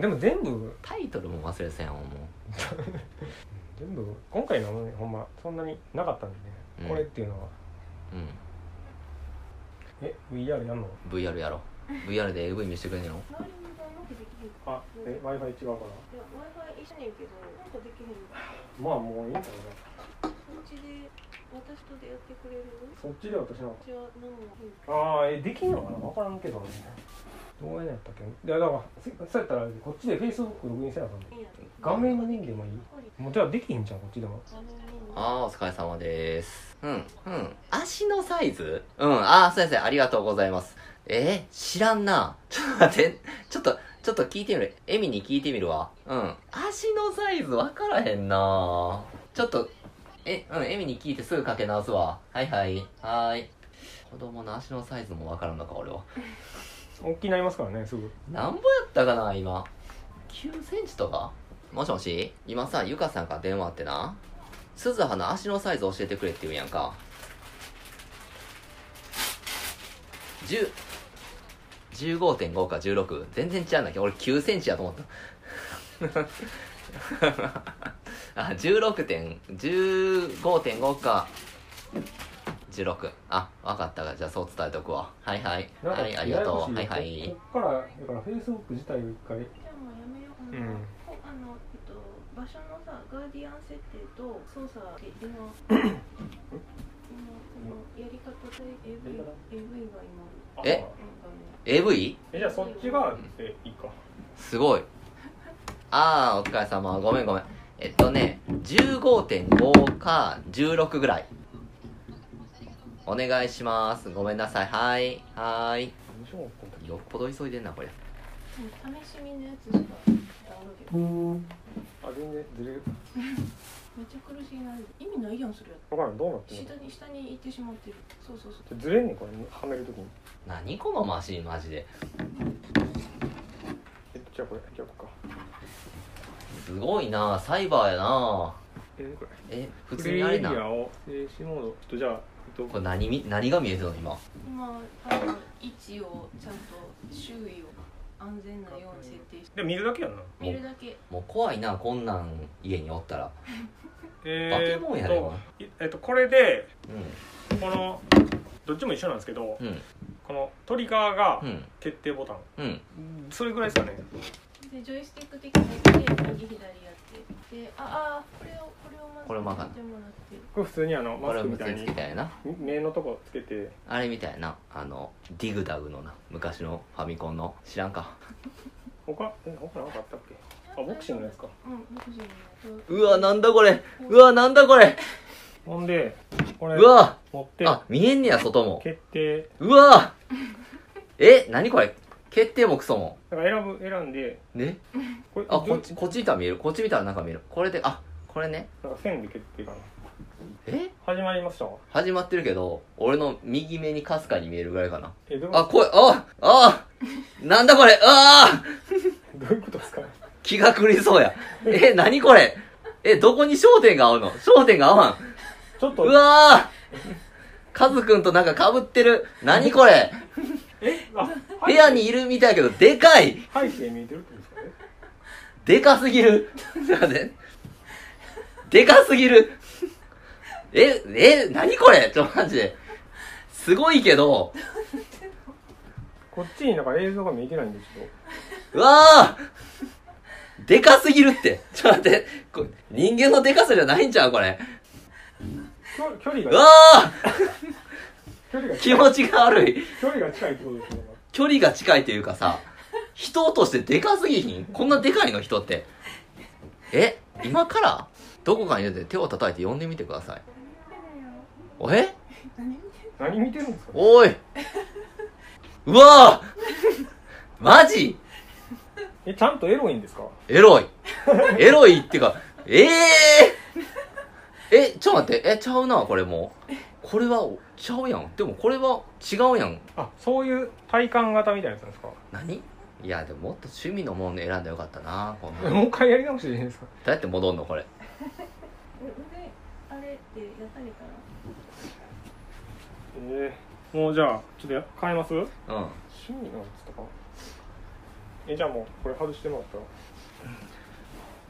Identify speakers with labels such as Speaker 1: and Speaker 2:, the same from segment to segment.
Speaker 1: でも全部
Speaker 2: タイトルも忘れてたやんもう
Speaker 1: 全部今回のもねほんまそんなになかったんでね、
Speaker 2: うん
Speaker 1: これっていうのは
Speaker 2: う
Speaker 1: え VR やんの
Speaker 2: ん VR やろ VR で AV 見せてくれんねやろ
Speaker 3: 周りにダウンロードできへんか
Speaker 1: あえ w i f i 違うかない
Speaker 3: や Wi-Fi 一緒ねんけどなんかできへんの
Speaker 1: まあもういいんだろう
Speaker 3: そっちで私とでやってくれる
Speaker 1: そっちで私の
Speaker 3: うちは何もへん
Speaker 1: ああえできんのかな分からんけどねどうやったっけいやだからせそうやったらこっちで Facebook ログインせなあかんね
Speaker 3: いいや
Speaker 1: 画面ができんでもいいもうじゃあできひんじゃんこっちでも
Speaker 3: 画面に
Speaker 2: ああお疲れ様ですうんうん足のサイズうんああ先生ありがとうございますえー、知らんな ちょっと待ってちょっとちょっと聞いてみるエミに聞いてみるわうん足のサイズ分からへんなちょっとえうんエミに聞いてすぐかけ直すわはいはいはーい子供の足のサイズも分からんのか俺は
Speaker 1: 大きいなりますからねすぐ
Speaker 2: なんぼやったかな今9センチとかもしもし今さゆかさんから電話あってな鈴葉の足のサイズ教えてくれって言うんやんか10 15.5か16全然違うんだけど俺9センチやと思った あ16点15.5か16あ分かったがじゃあそう伝えとくわはいはい
Speaker 1: なんか
Speaker 2: はいありがとう
Speaker 1: や
Speaker 2: はい
Speaker 1: やこ
Speaker 2: は
Speaker 1: しい
Speaker 2: い
Speaker 1: ここっからだから Facebook 自体を一回
Speaker 3: じゃあもうやめようかな、
Speaker 1: うん
Speaker 3: こあのえっと場所のさガーディアン設定と操作で今今このやり方で AV, AV が今
Speaker 2: え
Speaker 3: ある画面
Speaker 2: AV?
Speaker 1: えじゃあそっちがでいいか
Speaker 2: すごい。あー、お疲れ様。ごめんごめん。えっとね、15.5か16ぐらい。お願いします。ごめんなさい。はい。はー
Speaker 1: 面白かった
Speaker 2: い。よっぽど急いでんな、こりゃ。
Speaker 3: うん試し見のやつしかダウンロードできない
Speaker 1: あ全然ずれる
Speaker 3: めっちゃ苦しいな意味ないやんそれやっ
Speaker 1: 分からんどうなったてん
Speaker 3: ら
Speaker 1: の
Speaker 3: 下に下に行ってしまってるそうそうそう
Speaker 1: ずれんねんこれはめるときに
Speaker 2: 何このマシン、マジで。
Speaker 1: えじゃあこれじゃあこっか
Speaker 2: すごいなサイバーやな
Speaker 1: えこれ
Speaker 2: え、普
Speaker 1: プ
Speaker 2: 通
Speaker 1: レイ
Speaker 2: にあ
Speaker 1: エ
Speaker 2: れ
Speaker 1: リ
Speaker 2: な。こ
Speaker 1: アを静止モードちょっとじゃあど
Speaker 2: れ何み、何が見えてるの、今。
Speaker 3: 今あの位置をちゃんと周囲を安全なように設定して
Speaker 1: でも見るだけやな
Speaker 3: 見るだけ
Speaker 2: もう怖いなこんなん家におったら。
Speaker 1: え
Speaker 2: 化け物
Speaker 1: ー
Speaker 2: や
Speaker 1: っ
Speaker 2: ね
Speaker 1: といえっとこれで
Speaker 2: う
Speaker 1: このどっちも一緒なんですけど
Speaker 2: ん。うん。
Speaker 1: このトリガーが
Speaker 2: うん。
Speaker 1: 決定ボタン
Speaker 2: うん。
Speaker 1: それぐらいですかね
Speaker 3: でジョイスティック的にやって右左やってでああこれをこれをまず
Speaker 2: これをまず
Speaker 3: てもらって
Speaker 1: これ普通にあの
Speaker 2: こ
Speaker 1: マ
Speaker 2: れ
Speaker 1: ス
Speaker 2: を
Speaker 1: ク
Speaker 2: 見
Speaker 1: みた
Speaker 2: せ
Speaker 1: い
Speaker 2: つ
Speaker 1: に
Speaker 2: けたいな。
Speaker 1: 目のとこつけて
Speaker 2: あれみたいなあのディグダグのな昔のファミコンの知らんか
Speaker 1: 他え他なんかあったっけあボクシングのやつか
Speaker 3: うんボクシングのやつ
Speaker 2: うわなんだこれうわなんだこれ
Speaker 1: ほんでこれ
Speaker 2: うわ
Speaker 1: 持って
Speaker 2: あ見えんねや外も
Speaker 1: 決定
Speaker 2: うわえ何これ決定もクソも
Speaker 1: だから選ぶ選んで
Speaker 2: ね
Speaker 1: これ
Speaker 2: あ
Speaker 1: ど
Speaker 2: こっちこっち見たら見えるこっち見たらなんか見えるこれであこれね
Speaker 1: なんか線で決定かな
Speaker 2: え
Speaker 1: 始まりました
Speaker 2: 始まってるけど俺の右目にかすかに見えるぐらいかな
Speaker 1: えどういう
Speaker 2: あ
Speaker 1: こ
Speaker 2: 声ああなんだこれああ
Speaker 1: とどういうことですか
Speaker 2: 気が狂いそうやえ何これえどこに焦点が合うの焦点が合わん
Speaker 1: ちょっと
Speaker 2: うわーカズくんとなんか被ってる。何これ
Speaker 1: えあ
Speaker 2: 部屋にいるみたいやけど、でかい
Speaker 1: 背景見えてるってことですかね
Speaker 2: でかすぎるちょっと待ってでかすぎるえ、え、何これちょ、マジで。すごいけど、
Speaker 1: こっちになんか映像が見えてないんでちょっ
Speaker 2: うわーでかすぎるって。ちょ、待って。こ人間のでかさじゃないんちゃうこれ。
Speaker 1: と距距離
Speaker 2: う
Speaker 1: が
Speaker 2: わ
Speaker 1: 距離が
Speaker 2: ー気持ちが悪い。
Speaker 1: 距離が近いってことですよ
Speaker 2: 距離が近いというかさ人としてでかすぎひんこんなでかいの人ってえ今からどこかに出て手を叩いて呼んでみてくださいおえ
Speaker 1: 何見てるんですか
Speaker 2: おいうわーマジ
Speaker 1: えちゃんとエロいんですか
Speaker 2: エロいエロいってかええー、えちょっと待ってえちゃうなこれもうこれはちゃうやんでもこれは違うやん
Speaker 1: あそういう体感型みたいなやつなんですか
Speaker 2: 何いやでももっと趣味のもん選んだらよかったなこん
Speaker 1: え
Speaker 2: など
Speaker 1: もう一回やり直していいですか
Speaker 2: うやって戻んのこれ
Speaker 3: え腕あれってやったらいいかな
Speaker 1: ええもうじゃあちょっとや変えます趣
Speaker 2: うん
Speaker 1: 味のやつとかえじゃあもうこれ外してもらっ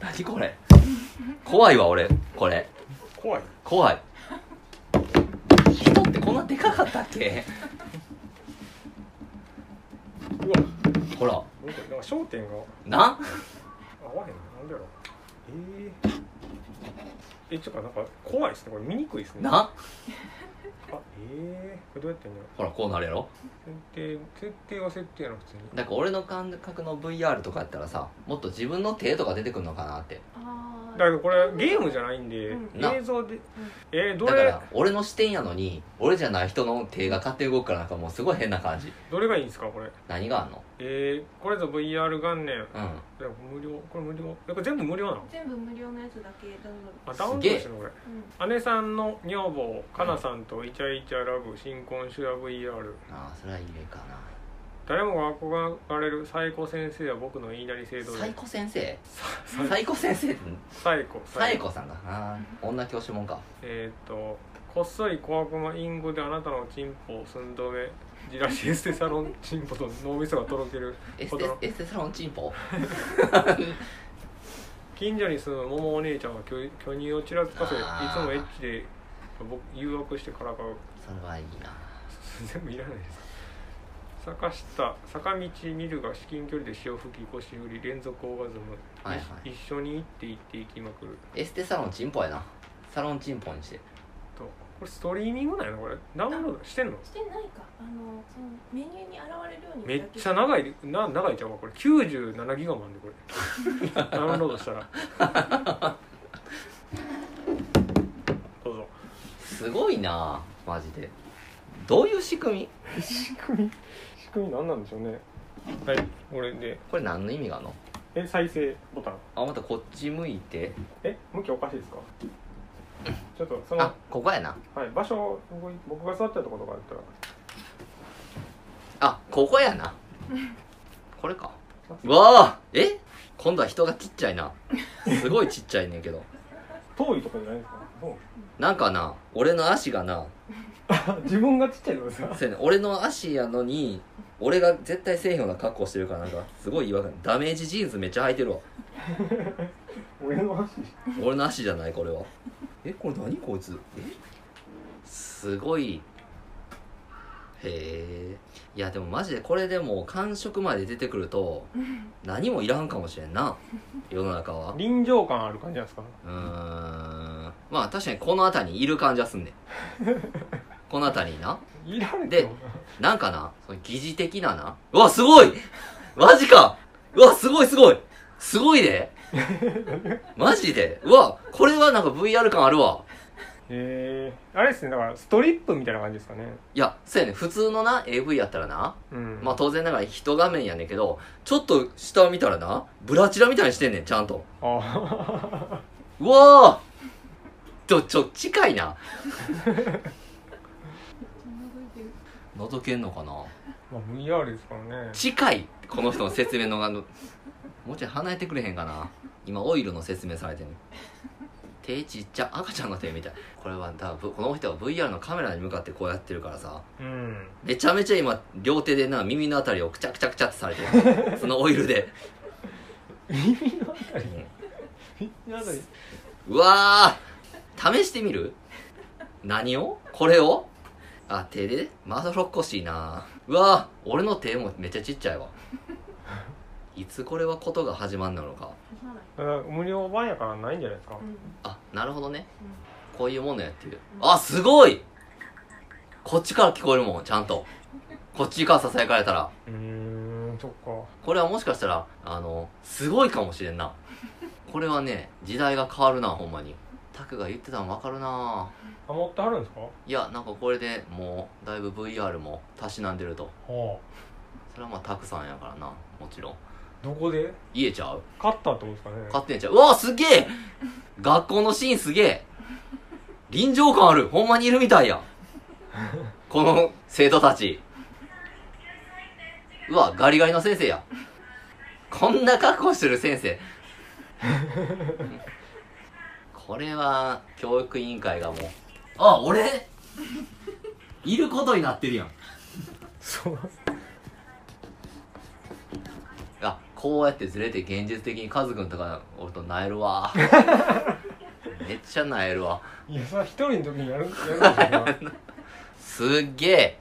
Speaker 1: たら
Speaker 2: 何これ怖いわ俺これ
Speaker 1: 怖い
Speaker 2: 怖い人ってこんなでかかったっけ
Speaker 1: うわ
Speaker 2: ほら
Speaker 1: なんかなんか焦点が
Speaker 2: な
Speaker 1: 合わへんななんでやろえー、えちょっとなんか怖いですねこれ見にくいですねあ
Speaker 2: な
Speaker 1: えー、これどうやってんの
Speaker 2: ほらこうなるやろ
Speaker 1: 設定設定は設定やな普通に
Speaker 2: なんか俺の感覚の VR とかやったらさもっと自分の手とか出てくるのかなって
Speaker 3: あー
Speaker 1: だけどこれゲームじゃないんで、
Speaker 3: うん
Speaker 2: な
Speaker 1: 映像で、えー、ど
Speaker 2: だか
Speaker 1: れ
Speaker 2: ら俺の視点やのに俺じゃない人の手が勝手に動くからなんかもうすごい変な感じ
Speaker 1: どれがいいんですかこれ
Speaker 2: 何があんの
Speaker 1: えー、これぞ VR 元年
Speaker 2: うん
Speaker 1: でも無料これ無料えこれ全部無料なの
Speaker 3: 全部無料のやつだけダウンロー
Speaker 1: あ
Speaker 3: ド
Speaker 1: ダウンロードしてるのこ
Speaker 3: うん
Speaker 1: れ姉さんの女房かなさんとイチャイチャラブ新婚修羅 VR
Speaker 2: ああそれはいいかな
Speaker 1: 誰もが憧れるサイコ先生は僕の言いなり制度
Speaker 2: サイ
Speaker 1: で
Speaker 2: コ先生サイコ先生って
Speaker 1: サイコ
Speaker 2: サイコさんだな女教師もんか
Speaker 1: えーっとこっそり小悪魔インゴであなたのチンポを寸止めじらしエステサロンチンポと脳みそがとろけ る
Speaker 2: エス
Speaker 1: ほ
Speaker 2: テ
Speaker 1: どの
Speaker 2: エステサロンチンポ
Speaker 1: 近所に住む桃お姉ちゃんは巨巨乳をちらつかせい
Speaker 2: あー
Speaker 1: つもエッチで僕誘惑してからかう
Speaker 2: それはいいな
Speaker 1: 全部いらないです坂下坂道見るが至近距離で潮吹き腰振り連続オーガズム、
Speaker 2: はいはい
Speaker 1: 一一緒に行って行って行きまくる
Speaker 2: エステサロンチンポやなサロンチンポにして
Speaker 1: とこれストリーミングなんやなのこれダウンロードしてんの
Speaker 3: してないかあのそのメニューに現れるように
Speaker 1: めっちゃ長いな長いじゃんこれ97ギガもあんでこれ ダウンロードしたらどうぞ
Speaker 2: すごいなマジでどういう仕組み
Speaker 1: 仕組み仕組み何なんでしょうねはいこれで
Speaker 2: これ何の意味があるの
Speaker 1: え再生ボタン
Speaker 2: あまたこっち向いて
Speaker 1: え向きおかしいですかちょっとその
Speaker 2: あここやな
Speaker 1: はい場所を僕僕が座ってたところがあったら
Speaker 2: あここや なこれかうわあえ今度は人がちっちゃいなすごいちっちゃいねんけど
Speaker 1: 遠いとこじゃないですかそう
Speaker 2: なんかな俺の足がな
Speaker 1: あ 自分がちっちゃいのですか
Speaker 2: そうやね俺の足やのに俺が絶対せえへんような格好してるからなんかすごい違和感ダメージジーンズめっちゃ履いてるわ
Speaker 1: 俺の足
Speaker 2: 俺の足じゃないこれはえこれ何こいつえすごいへえいやでもマジでこれでもう感触まで出てくると何もいらんかもしれんな世の中は
Speaker 1: 臨場感ある感じなんですか
Speaker 2: うーんまあ確かにこの辺りにいる感じはすんねんこの辺りにない
Speaker 1: られ
Speaker 2: でなんかなその疑似的ななうわすごいマジかうわすごいすごいすごいでマジでうわこれはなんか VR 感あるわ
Speaker 1: えー、あれですねだからストリップみたいな感じですかね
Speaker 2: いや、そうやね。普通のな、AV やったらな。
Speaker 1: うん
Speaker 2: まあ当然ながら一画面やねんけど、ちょっと下見たらな、ブラチラみたいにしてんねん、ちゃんと。
Speaker 1: あ
Speaker 2: うわーちょ、ちょ、近いな。覗けんのか な
Speaker 1: まあ VR ですからね
Speaker 2: 近いこの人の説明の、あの、もうちょい離れてくれへんかな。今、オイルの説明されてんの。手ちっちゃ、赤ちゃんの手みたい。これは、だからぶこの人は VR のカメラに向かってこうやってるからさ、
Speaker 1: うん
Speaker 2: めちゃめちゃ今、両手でな、耳のあたりをくちゃくちゃくちゃってされて る。そのオイルで。
Speaker 1: 耳のあたり
Speaker 2: うん
Speaker 1: 耳のあたり
Speaker 2: うわー試してみる何をこれをあ手でまどろっこしいなうわー俺の手もめっちゃちっちゃいわいつこれはことが始まんなのか
Speaker 3: 始まらない
Speaker 1: だから無料版やからないんじゃないですか
Speaker 3: うんうん
Speaker 2: あなるほどねこういうものやっていうあすごいこっちから聞こえるもんちゃんとこっちからささやかれたら
Speaker 1: うーんそっか
Speaker 2: これはもしかしたらあのすごいかもしれんなこれはね時代が変わるなほんまにタクが言ってたの分かるな
Speaker 1: あ持ってはるんですか
Speaker 2: いやなんかこれでもうだいぶ VR もたしなんでると
Speaker 1: は
Speaker 2: それはまあたくさんやからなもちろん
Speaker 1: あどこで
Speaker 2: 家ちゃう
Speaker 1: 勝ったってことですかね
Speaker 2: 勝手にちゃううわすげえ学校のシーンすげえ臨場感あるほんまにいるみたいやこの生徒たちうわガリガリの先生やこんな格好してる先生これは教育委員会がもうあ俺いることになってるやん
Speaker 1: そう
Speaker 2: あこうやってずれて現実的にカズくんとかおるとなえるわめっちゃなえるわ
Speaker 1: いやそれは一人の時にやるやるん ですよ
Speaker 2: すっげえ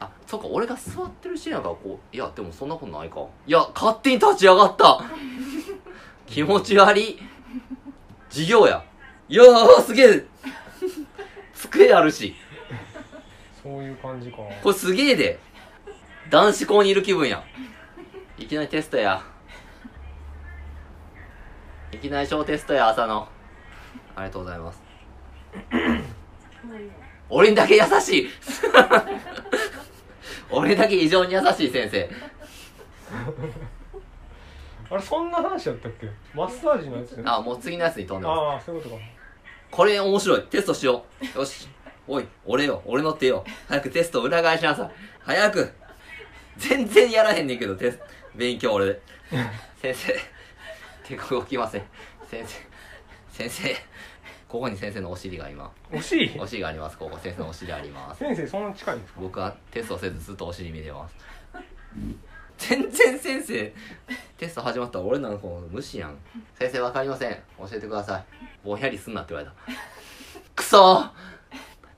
Speaker 2: あそうか俺が座ってるシーンやからこういやでもそんなことないかいや勝手に立ち上がった気持ち悪い授業やいやーすげえ机あるし
Speaker 1: そういう感じか
Speaker 2: これすげえで男子校にいる気分やいきなりテストやいきなり小テストや朝のありがとうございます
Speaker 3: もういいの
Speaker 2: 俺にだけ優しい 俺にだけ異常に優しい先生
Speaker 1: あれそんな話やったっけマッサージのやつね
Speaker 2: あもう次のやつに飛んでます
Speaker 1: ああそういうことか
Speaker 2: これ面白いテストしようよしおい俺よ俺の手よ早くテスト裏返しなさい早く全然やらへんねんけどテスト勉強俺で先生手が動きません先生先生ここに先生のお尻が今
Speaker 1: 惜しい
Speaker 2: お尻がありますここ先生のお尻あります
Speaker 1: 先生そんな近いんですか
Speaker 2: 僕はテストをせずずっとお尻見てます全然先生テスト始まったら俺なんかもう無視やん先生わかりません教えてくださいぼんやりすんなって言われたくそー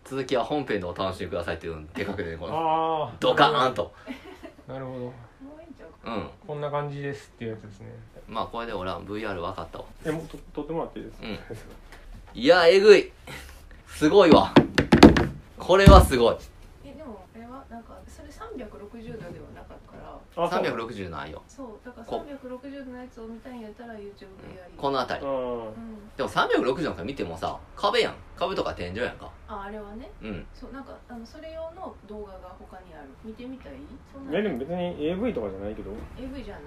Speaker 2: 続きは本編でお楽しみくださいっていうのでかくてねこの
Speaker 1: ああ
Speaker 2: ドカーンと
Speaker 1: なるほど
Speaker 3: もういいんちゃうか
Speaker 2: うん
Speaker 1: こんな感じですっていうやつですね
Speaker 2: まあこれで俺は VR わかったわ
Speaker 1: えもうと撮ってもらっていいですか、
Speaker 2: うんいやえぐいすごいわこれはすごい
Speaker 3: えでもあれはなんかそれ360度ではなかったから
Speaker 1: あそう
Speaker 2: 360ないよ
Speaker 3: そうだから
Speaker 2: こ
Speaker 3: 360度のやつを見たいんやったら YouTube でやり
Speaker 2: この辺り
Speaker 1: うん
Speaker 3: うん
Speaker 2: でも360なんか見てもさ壁やん壁とか天井やんか
Speaker 3: ああれはね
Speaker 2: うん
Speaker 3: そうなんかあのそれ用の動画が他にある見てみたいそんな
Speaker 1: えでも別に AV とかじゃないけど
Speaker 3: AV じゃない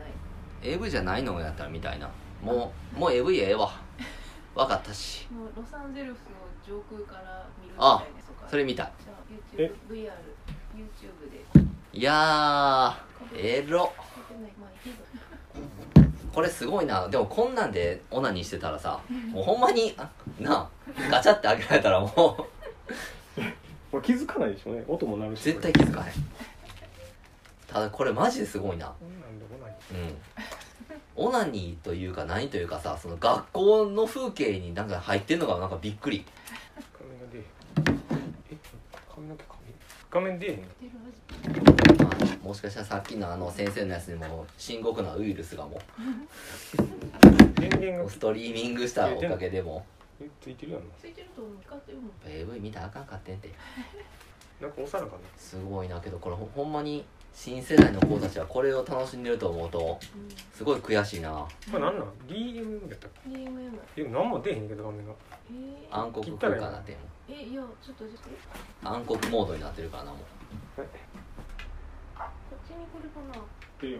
Speaker 2: AV じゃないのをやったらみたいなもうもう AV ええわ分かったし
Speaker 3: もうロサンゼルスを上空から見るみたい
Speaker 2: あ
Speaker 3: なやつとか
Speaker 2: それ見たい
Speaker 3: じゃあ
Speaker 1: え
Speaker 3: YouTubeVR YouTube で
Speaker 2: いやーエロ
Speaker 3: 書けないまあいける
Speaker 2: これすごいなでもこんなんでオナニーしてたらさもうほんまにあなあガチャって開けられたらも
Speaker 1: これ気づかないでしょうね音も鳴る
Speaker 2: う
Speaker 1: し
Speaker 2: 絶対気づかへんただこれマジですごいな
Speaker 1: こんなんでこない
Speaker 2: うんオナニーというか何というかさその学校の風景になんか入ってんのがなんかびっくり
Speaker 1: 画面が出えへんえ髪の毛髪画面出えへん
Speaker 3: 出るはず
Speaker 2: まあもしかしたらさっきのあの先生のやつにも深刻なウイルスがもう
Speaker 1: 電源が
Speaker 2: ストリーミングしたおかげでも
Speaker 1: えついてるやんな
Speaker 3: ついてると思う使ってるもん
Speaker 2: AV 見たらあかんかってんて
Speaker 1: なんかお皿かな
Speaker 2: すごいなけどこれほほんまに新世代の子たちはこれを楽しんでると思うとすごい悔しいな
Speaker 1: これなんなん ?DMM やったっ
Speaker 3: DMM
Speaker 1: けでも何も出えへんけど画面が
Speaker 3: えー、
Speaker 2: 暗黒空間になってんもん
Speaker 3: えいやちょっとじゃあ
Speaker 2: 暗黒モードになってるからなもう
Speaker 3: こっちに来るかな
Speaker 1: 出るよ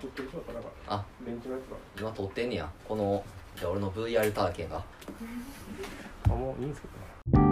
Speaker 1: 撮ってる人だから
Speaker 2: あ
Speaker 1: 電池のやつ
Speaker 2: 今撮ってんねやこのじゃあ俺の VR 体験が
Speaker 1: があもういいんすけどね